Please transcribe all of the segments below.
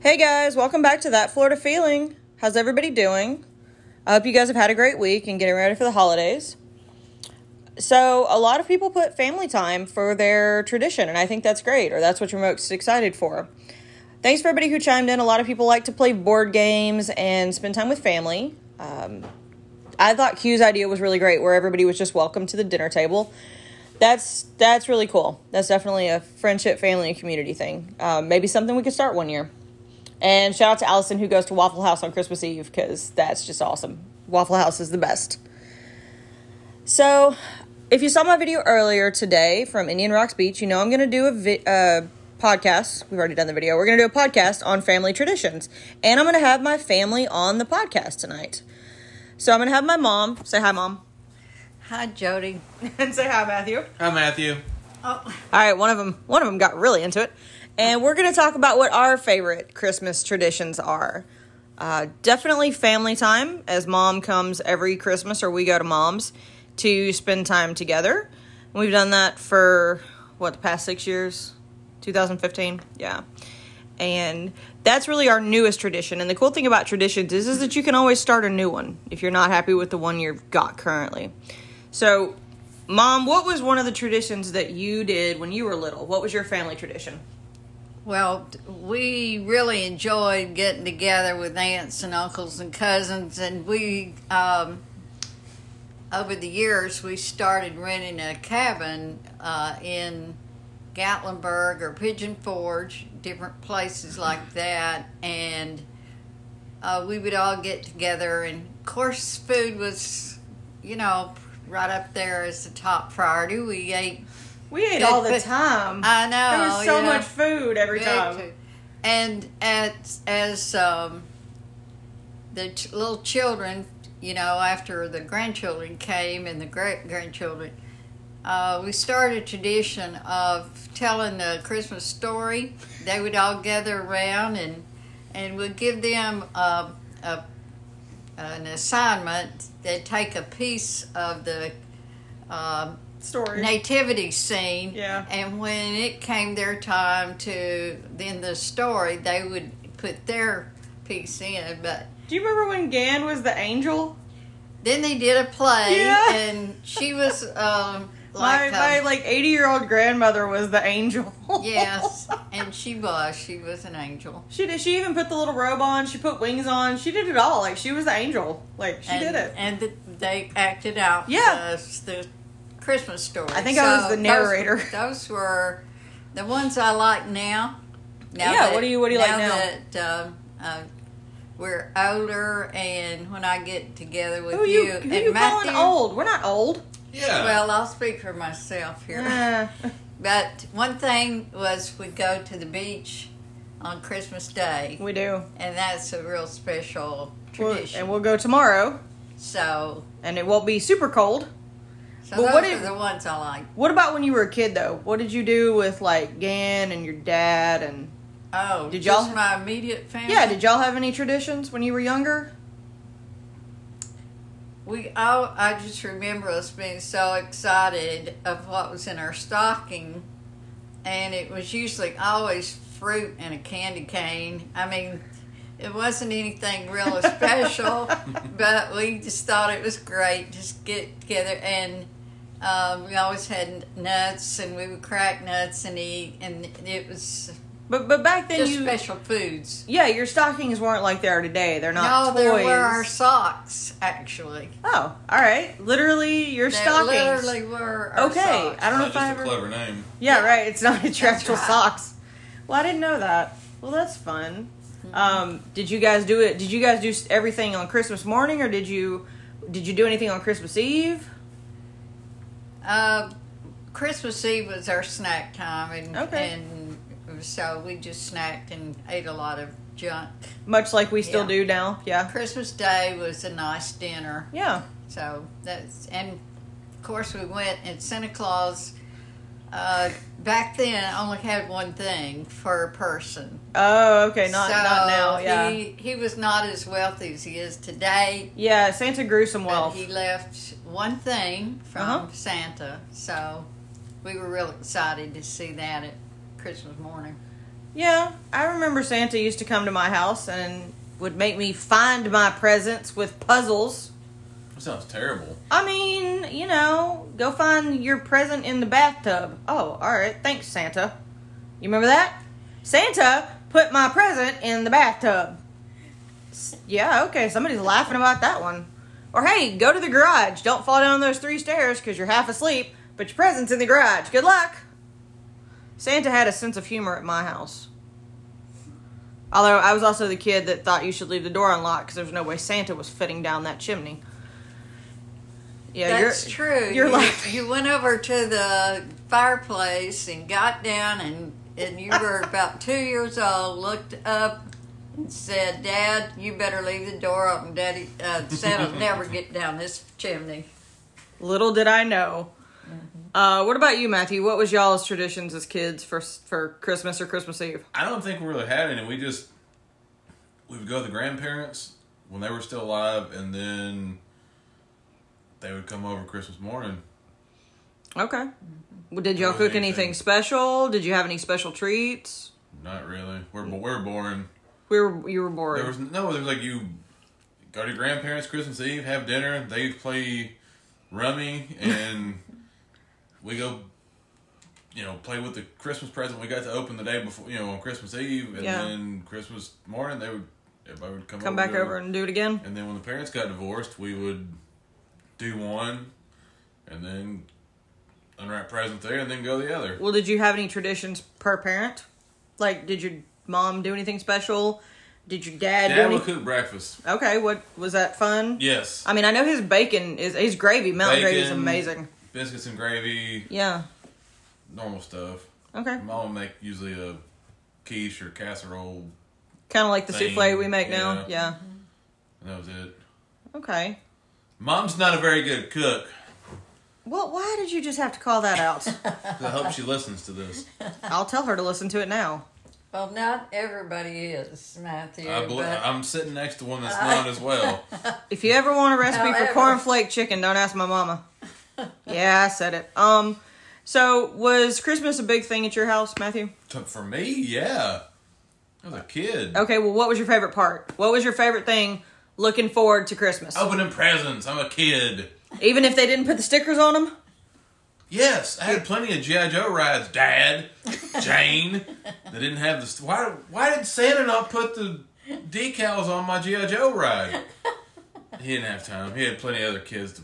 Hey guys, welcome back to That Florida Feeling. How's everybody doing? I hope you guys have had a great week and getting ready for the holidays. So, a lot of people put family time for their tradition, and I think that's great, or that's what you're most excited for. Thanks for everybody who chimed in. A lot of people like to play board games and spend time with family. Um, I thought Q's idea was really great, where everybody was just welcome to the dinner table. That's that's really cool. That's definitely a friendship, family, and community thing. Um, maybe something we could start one year. And shout out to Allison who goes to Waffle House on Christmas Eve because that's just awesome. Waffle House is the best. So, if you saw my video earlier today from Indian Rocks Beach, you know I'm going to do a vi- uh, podcast. We've already done the video. We're going to do a podcast on family traditions. And I'm going to have my family on the podcast tonight. So, I'm going to have my mom say hi, mom. Hi, Jody. And say hi, Matthew. Hi, Matthew. Oh, All right, one of them one of them got really into it, and we're going to talk about what our favorite Christmas traditions are. Uh, definitely family time, as mom comes every Christmas or we go to mom's to spend time together. And we've done that for what the past six years, 2015, yeah. And that's really our newest tradition. And the cool thing about traditions is, is that you can always start a new one if you're not happy with the one you've got currently. So Mom, what was one of the traditions that you did when you were little? What was your family tradition? well, we really enjoyed getting together with aunts and uncles and cousins, and we, um, over the years, we started renting a cabin uh, in Gatlinburg or Pigeon Forge, different places like that, and uh, we would all get together, and of course, food was, you know, right up there as the top priority. We ate We ate Good all the food. time. I know. there was so yeah. much food every Big time. too. And as as um, the ch- little children, you know, after the grandchildren came and the great grandchildren, uh, we started a tradition of telling the Christmas story. They would all gather around and and we'd give them um a an assignment. They'd take a piece of the um, Story. nativity scene. Yeah. And when it came their time to then the story, they would put their piece in. But Do you remember when Gan was the angel? then they did a play, Yeah. and she was um, My like, my um, like eighty year old grandmother was the angel. yes, and she was. She was an angel. she did. She even put the little robe on. She put wings on. She did it all. Like she was the angel. Like she and, did it. And th- they acted out Yeah. the, the Christmas story. I think I was the those- narrator. Those, were the ones I like now. now Yeah, what do you- what do you like now? That, um, uh, we're older, and when I get together with Who you, you who and you Matthew, calling old? We're not old. Yeah. Well, I'll speak for myself here. Eh. But one thing was we go to the beach on Christmas Day, we do. and that's a real special We'll- tradition. and we'll go tomorrow, so, and it won't be super cold. so But those what are if- the ones I like. What about when you were a kid though? What did you do with like Gan and your dad and Oh, Did did y'all- y'all? Just my immediate family. Yeah, did y'all have any traditions when you were younger? we all. I just remember us being so excited of what was in our stocking, and it was usually always fruit and a candy cane. I mean, it wasn't anything real special, but we just thought it was great. Just get together and. Um, we always had nuts, and we would crack nuts and eat, and it was But but back then just you special foods. Yeah, your stockings weren't like they are today. They're No, not toys. there were our socks actually. Oh, all right. Literally your They stockings. literally were our Okay, socks. I don't know Not if I just ever a clever name. Yeah, Yeah. right. It's not it's your That's actual right. socks. Well, I didn't know that. Well, that's fun. Mm-hmm. Um, did you guys do it? Did you guys do s- everything on Christmas morning or did you did you do anything on Christmas Eve? Uh, Christmas Eve was our snack time, and Okay. and so we just snacked and ate a lot of junk. Much like we still Yeah. do now. Yeah. Christmas Day was a nice dinner, Yeah. so that's and of course we went and Santa Claus. Uh, back then, only had one thing per person. Oh, okay. Not not So now. Yeah. he, he was not as wealthy as he is today. yeah, Santa grew some But wealth. he left one thing from Uh-huh. Santa, so we were real excited to see that at Christmas morning. Yeah, I remember Santa used to come to my house and would make me find my presents with puzzles. That sounds terrible. I mean, you know, go find your present in the bathtub. Oh, all right. Thanks, Santa. You remember that? Santa put my present in the bathtub. S- Yeah, okay. Somebody's laughing about that one. Or hey, go to the garage. Don't fall down those three stairs because you're half asleep, but your present's in the garage. Good luck. Santa had a sense of humor at my house. Although I was also the kid that thought you should leave the door unlocked because there was no way Santa was fitting down that chimney. Yeah, That's you're, true. You're you, laughing. you went over to the fireplace and got down, and and you were about two years old. Looked up and said, "Dad, you better leave the door open. Daddy, uh, Santa will never get down this chimney." Little did I know. Uh, what about you, Matthew? What was y'all's traditions as kids for for Christmas or Christmas Eve? I don't think we really had any. We just we would go to the grandparents when they were still alive, and then they would come over Christmas morning. Okay. Well, Mm-hmm. Did y'all Not cook anything. anything special? Did you have any special treats? Not really. We're bo- we're born. We were you were There bored. was no. There was like you go to your grandparents Christmas Eve, have dinner. They play rummy, and we go. You know, play with the Christmas present we got to open the day before. You know, on Christmas Eve, and Yeah. then Christmas morning they would everybody would come Come over back to- over and do it again. And then when the parents got divorced, we would do one and then unwrap presents there and then go the other. Well, did you have any traditions per parent? Like, did your mom do anything special? Did your dad, do Dad would anything? cook breakfast. Okay, what was that fun? Yes. I mean, I know his bacon is his gravy. Mountain gravy is Bacon. amazing. Biscuits and gravy, Yeah. normal stuff. Okay. Mom would make usually a quiche or casserole, Kind of like the Thing, souffle we make now. yeah. Yeah. and that was it. Okay. Mom's not a very good cook. Well, why did you just have to call that out? 'cause I hope she listens to this. I'll tell her to listen to it now. Well, not everybody is Matthew. I bel but I'm sitting next to one that's not as well. If you ever want a recipe for However. cornflake chicken, don't ask my mama. Yeah, I said it. Um, so was Christmas a big thing at your house, Matthew? T- For me, yeah. I was a kid. Okay, well, what was your favorite part? What was your favorite thing looking forward to Christmas? Opening presents. I'm a kid. Even if they didn't put the stickers on them? Yes, I had plenty of GI Joe rides, Dad, Jane. They didn't have the why. Why did Santa not put the decals on my GI Joe ride? He didn't have time. He had plenty of other kids. To,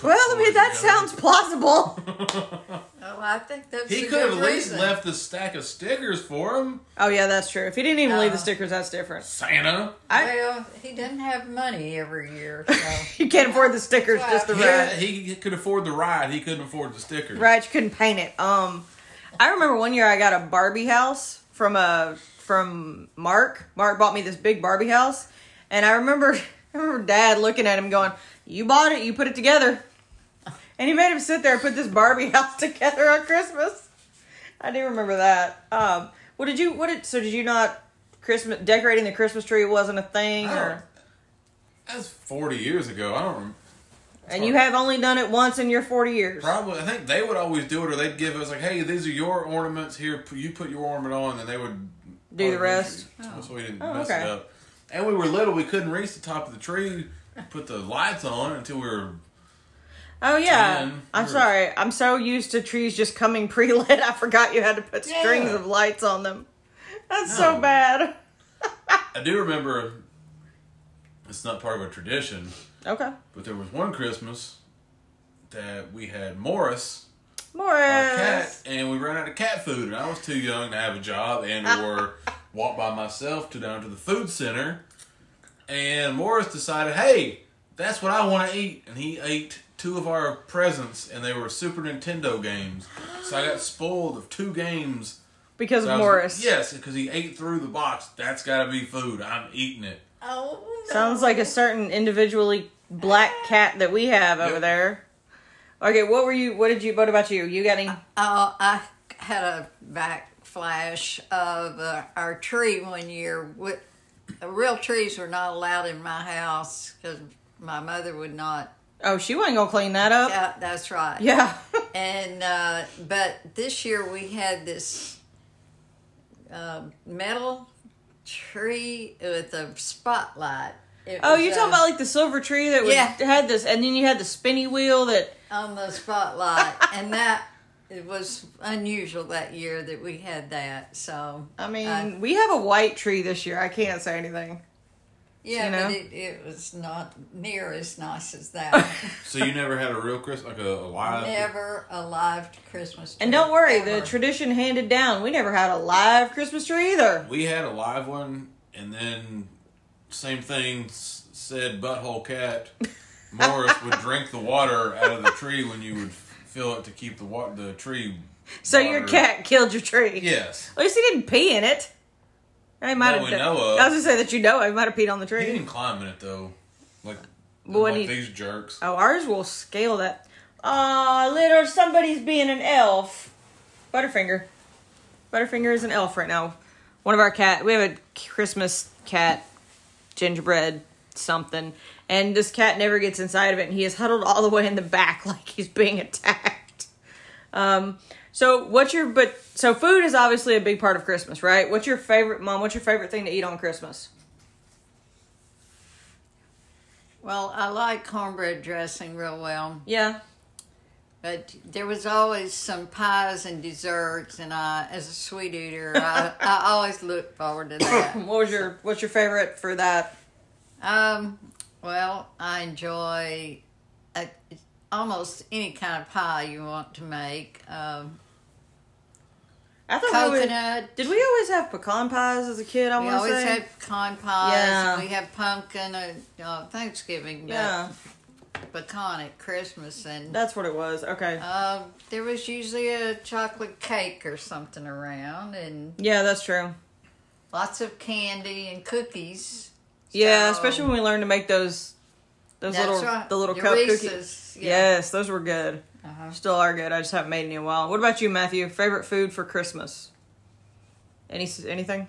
Well, I mean, that Yeah. sounds plausible. oh, I think that's he a could have good at least reason. left the stack of stickers for him. Oh, yeah, that's true. If he didn't even leave the Uh. stickers, that's different. Santa. I, Well, he doesn't have money every year, so you can't afford the stickers, just the He, red. had- he could afford the ride. He couldn't afford the stickers. Oh, Right, you couldn't paint it. Um, I remember one year I got a Barbie house from a from Mark. Mark bought me this big Barbie house, and I remember I remember Dad looking at him going, "You bought it, you put it together," and he made him sit there and put this Barbie house together on Christmas. I do remember that. Um, what did you? What did so? Did you not Christmas decorating the Christmas tree wasn't a thing, I don't- or That's forty years ago. I don't. rem- and you have only done it once in your forty years? Probably, I think they would always do it, or they'd give us like, "Hey, these are your ornaments. Here, p- you put your ornament on," and they would Do the rest. so we didn't Oh, mess okay. it up. And we were little; we couldn't reach the top of the tree, put the lights on until we were. Oh yeah. Ten. I'm Or- sorry. I'm so used to trees just coming pre-lit. I forgot you had to put Yeah. strings of lights on them. That's so No. bad. I do remember. It's not part of a tradition, Okay. but there was one Christmas that we had Morris, our cat, Morris. and we ran out of cat food, and I was too young to have a job and or walk by myself to down to the food center. And Morris decided, hey, that's what I want to eat, and he ate two of our presents, and they were Super Nintendo games. So I got spoiled of two games. Because So of I was- Morris. yes, because he ate through the box. That's got to be food. I'm eating it. oh, no. Sounds like a certain individually black cat that we have over Yep. there. Okay, what were you what did you what about you? You got any Oh, I had a backflash of uh, our tree one year. Wi- uh, Real trees were not allowed in my house because my mother would not. Oh, she wasn't gonna clean that up. Yeah, that's right. Yeah. And uh, but this year we had this um, metal tree with a spotlight. It Oh, was, you're talking uh, about like the silver tree that was, Yeah. had this, and then you had the spinny wheel that. on the spotlight, and that it was unusual that year that we had that. So I mean, I- we have a white tree this year. I can't say anything. yeah, you know? but it, it was not near as nice as that. So you never had a real Christmas, like a, a live. Never a live Christmas. And tree, don't worry, the ever. tradition handed down. We never had a live Christmas tree either. We had a live one, and then same thing s- said butthole cat. Morris would drink the water out of the tree when you would f- fill it to keep the wa- the tree. So water- your cat killed your tree. Yes. At least he didn't pee in it. I might That have. we done- know of. I was gonna say that you know. I might have peed on the He tree. didn't climb in it though, like, Boy, like he- these jerks. Oh, ours will scale that. Ah, little somebody's being an elf. Butterfinger. Butterfinger is an elf right now. One of our cat. We have a Christmas cat, gingerbread something, and this cat never gets inside of it, and he is huddled all the way in the back like he's being attacked. Um. So what's your but so food is obviously a big part of Christmas, right? What's your favorite mom? What's your favorite thing to eat on Christmas? Well, I like cornbread dressing real well. Yeah. But there was always some pies and desserts, and I, as a sweet eater, I, I always looked forward to that. What was your what's your favorite for that? Um, well, I enjoy uh almost any kind of pie you want to make. Um, I thought we would- coconut. Did we always have pecan pies as a kid? I We want always to say. had pecan pies. Yeah. And we had pumpkin at uh, Thanksgiving, but yeah, pecan at Christmas, and that's what it was. Okay. uh, there was usually a chocolate cake or something around, and yeah, that's true. lots of candy and cookies. Yeah, So- especially when we learned to make those those That's little right. the little Your cup cookies. Reese's, yeah. Yes, those were good. Uh-huh. Still are good. I just haven't made any in a while. What about you, Matthew? Favorite food for Christmas? Any anything?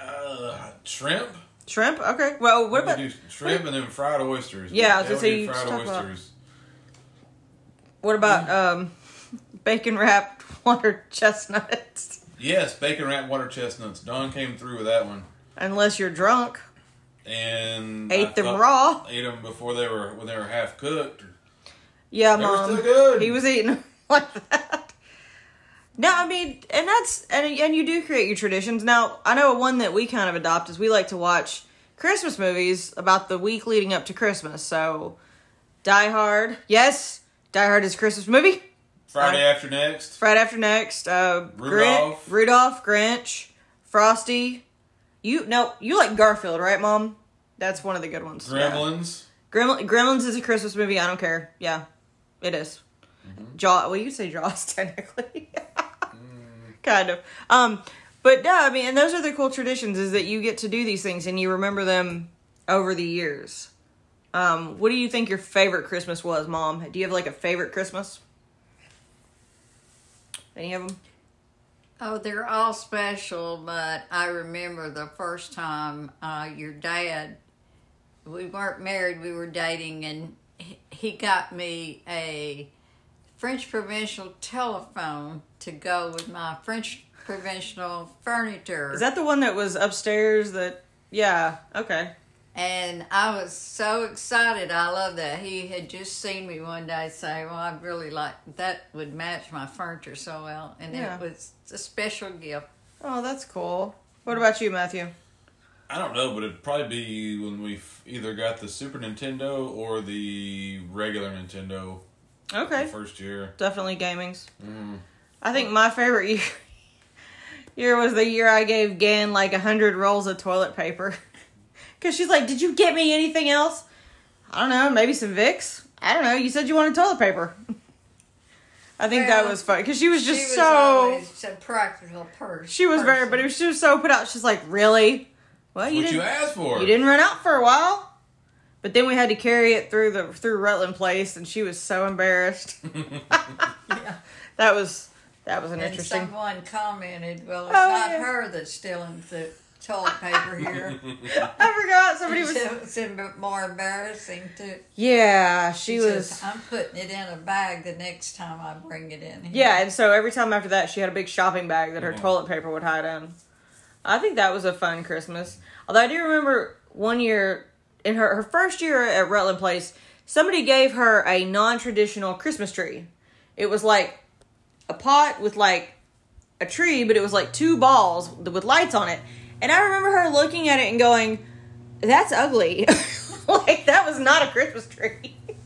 Uh, shrimp. Shrimp? Okay. Well, Oh. what We about do shrimp and then fried oysters. Yeah, I was They gonna would say do you just fried talk about- oysters. what about Mm-hmm. um bacon wrapped water chestnuts? Yes, bacon wrapped water chestnuts. Don came through with that one Unless you're drunk, and ate them thought- raw. Ate them before they were when they were half cooked. Yeah, They were mom. still good. He was eating like that. No, I mean, and that's and and you do create your traditions. Now, I know one that we kind of adopt is we like to watch Christmas movies about the week leading up to Christmas. So, Die Hard, yes, Die Hard is a Christmas movie. Friday Right. after next. Right after next, uh, Rudolph. Grinch, Rudolph, Grinch, Frosty. You no, you like Garfield, right, Mom? That's one of the good ones. Yeah. Gremlins. Gremlin, Gremlins is a Christmas movie. I don't care. Yeah, it is. Jaw. Well, you could say Jaws technically. kind of. Um, but no, I mean, and those are the cool traditions is that you get to do these things and you remember them over the years. Um, what do you think your favorite Christmas was, Mom? Do you have like a favorite Christmas? Any of them? Oh, they're all special, but I remember the first time uh, your dad, we weren't married, we were dating, and he- he got me a French provincial telephone to go with my French provincial furniture. Is that the one that was upstairs? That yeah. Okay. And I was so excited. I love that. He had just seen me one day say, Well, I really like that would match my furniture so well. And Yeah. it was a special gift. Oh, that's cool. What about you, Matthew? I don't know, but it'd probably be when we f- either got the Super Nintendo or the regular Nintendo the Okay. Oh, first year. Mm. definitely gamings. I think my favorite year year was the year I gave Gan like a hundred rolls of toilet paper, because she's like, "Did you get me anything else? I don't know, maybe some Vicks. I don't know. You said you wanted toilet paper. I think that Well, was fun because she was just she was so always a practical person. she was very, but she was so put out. She's like, "Really? Well, you what didn't you asked for? you didn't run out for a while." But then we had to carry it through the through Rutland Place, and she was so embarrassed. Yeah. That was that was an And interesting. someone commented, Well, it's Oh, not yeah. her that's stealing the toilet paper here. I forgot somebody was. it's a bit more embarrassing too. Yeah, she She was. says, I'm putting it in a bag the next time I bring it in. Here. Yeah, and so every time after that, she had a big shopping bag that her toilet paper would hide in. I think that was a fun Christmas. Although I do remember one year in her her first year at Rutland Place, somebody gave her a non traditional Christmas tree. It was like a pot with like a tree, but it was like two balls with lights on it. And I remember her looking at it and going, "That's ugly." like that was not a Christmas tree.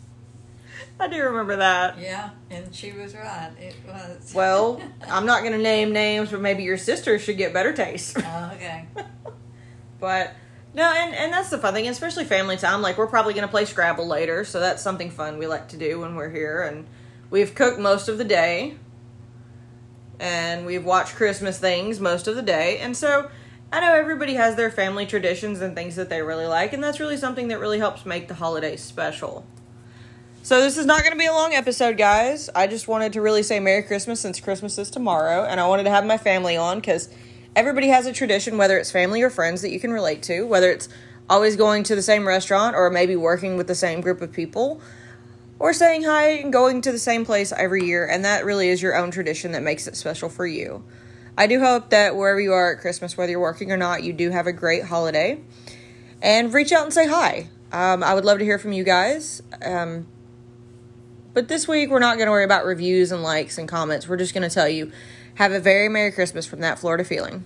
I do remember that. Yeah, and she was right. It was. Well, I'm not going to name names, but maybe your sister should get better taste. Oh, okay. But no, and and that's the fun thing, especially family time. Like we're probably going to play Scrabble later, so that's something fun we like to do when we're here. And we've cooked most of the day, and we've watched Christmas things most of the day, and so. I know everybody has their family traditions and things that they really like, and that's really something that really helps make the holidays special. So this is not going to be a long episode, guys. I just wanted to really say Merry Christmas since Christmas is tomorrow, and I wanted to have my family on because everybody has a tradition, whether it's family or friends that you can relate to, whether it's always going to the same restaurant or maybe working with the same group of people, or saying hi and going to the same place every year, and that really is your own tradition that makes it special for you. I do hope that wherever you are at Christmas, whether you're working or not, you do have a great holiday, and reach out and say hi. Um, I would love to hear from you guys. Um, but this week, we're not going to worry about reviews and likes and comments. We're just going to tell you have a very Merry Christmas from that Florida feeling.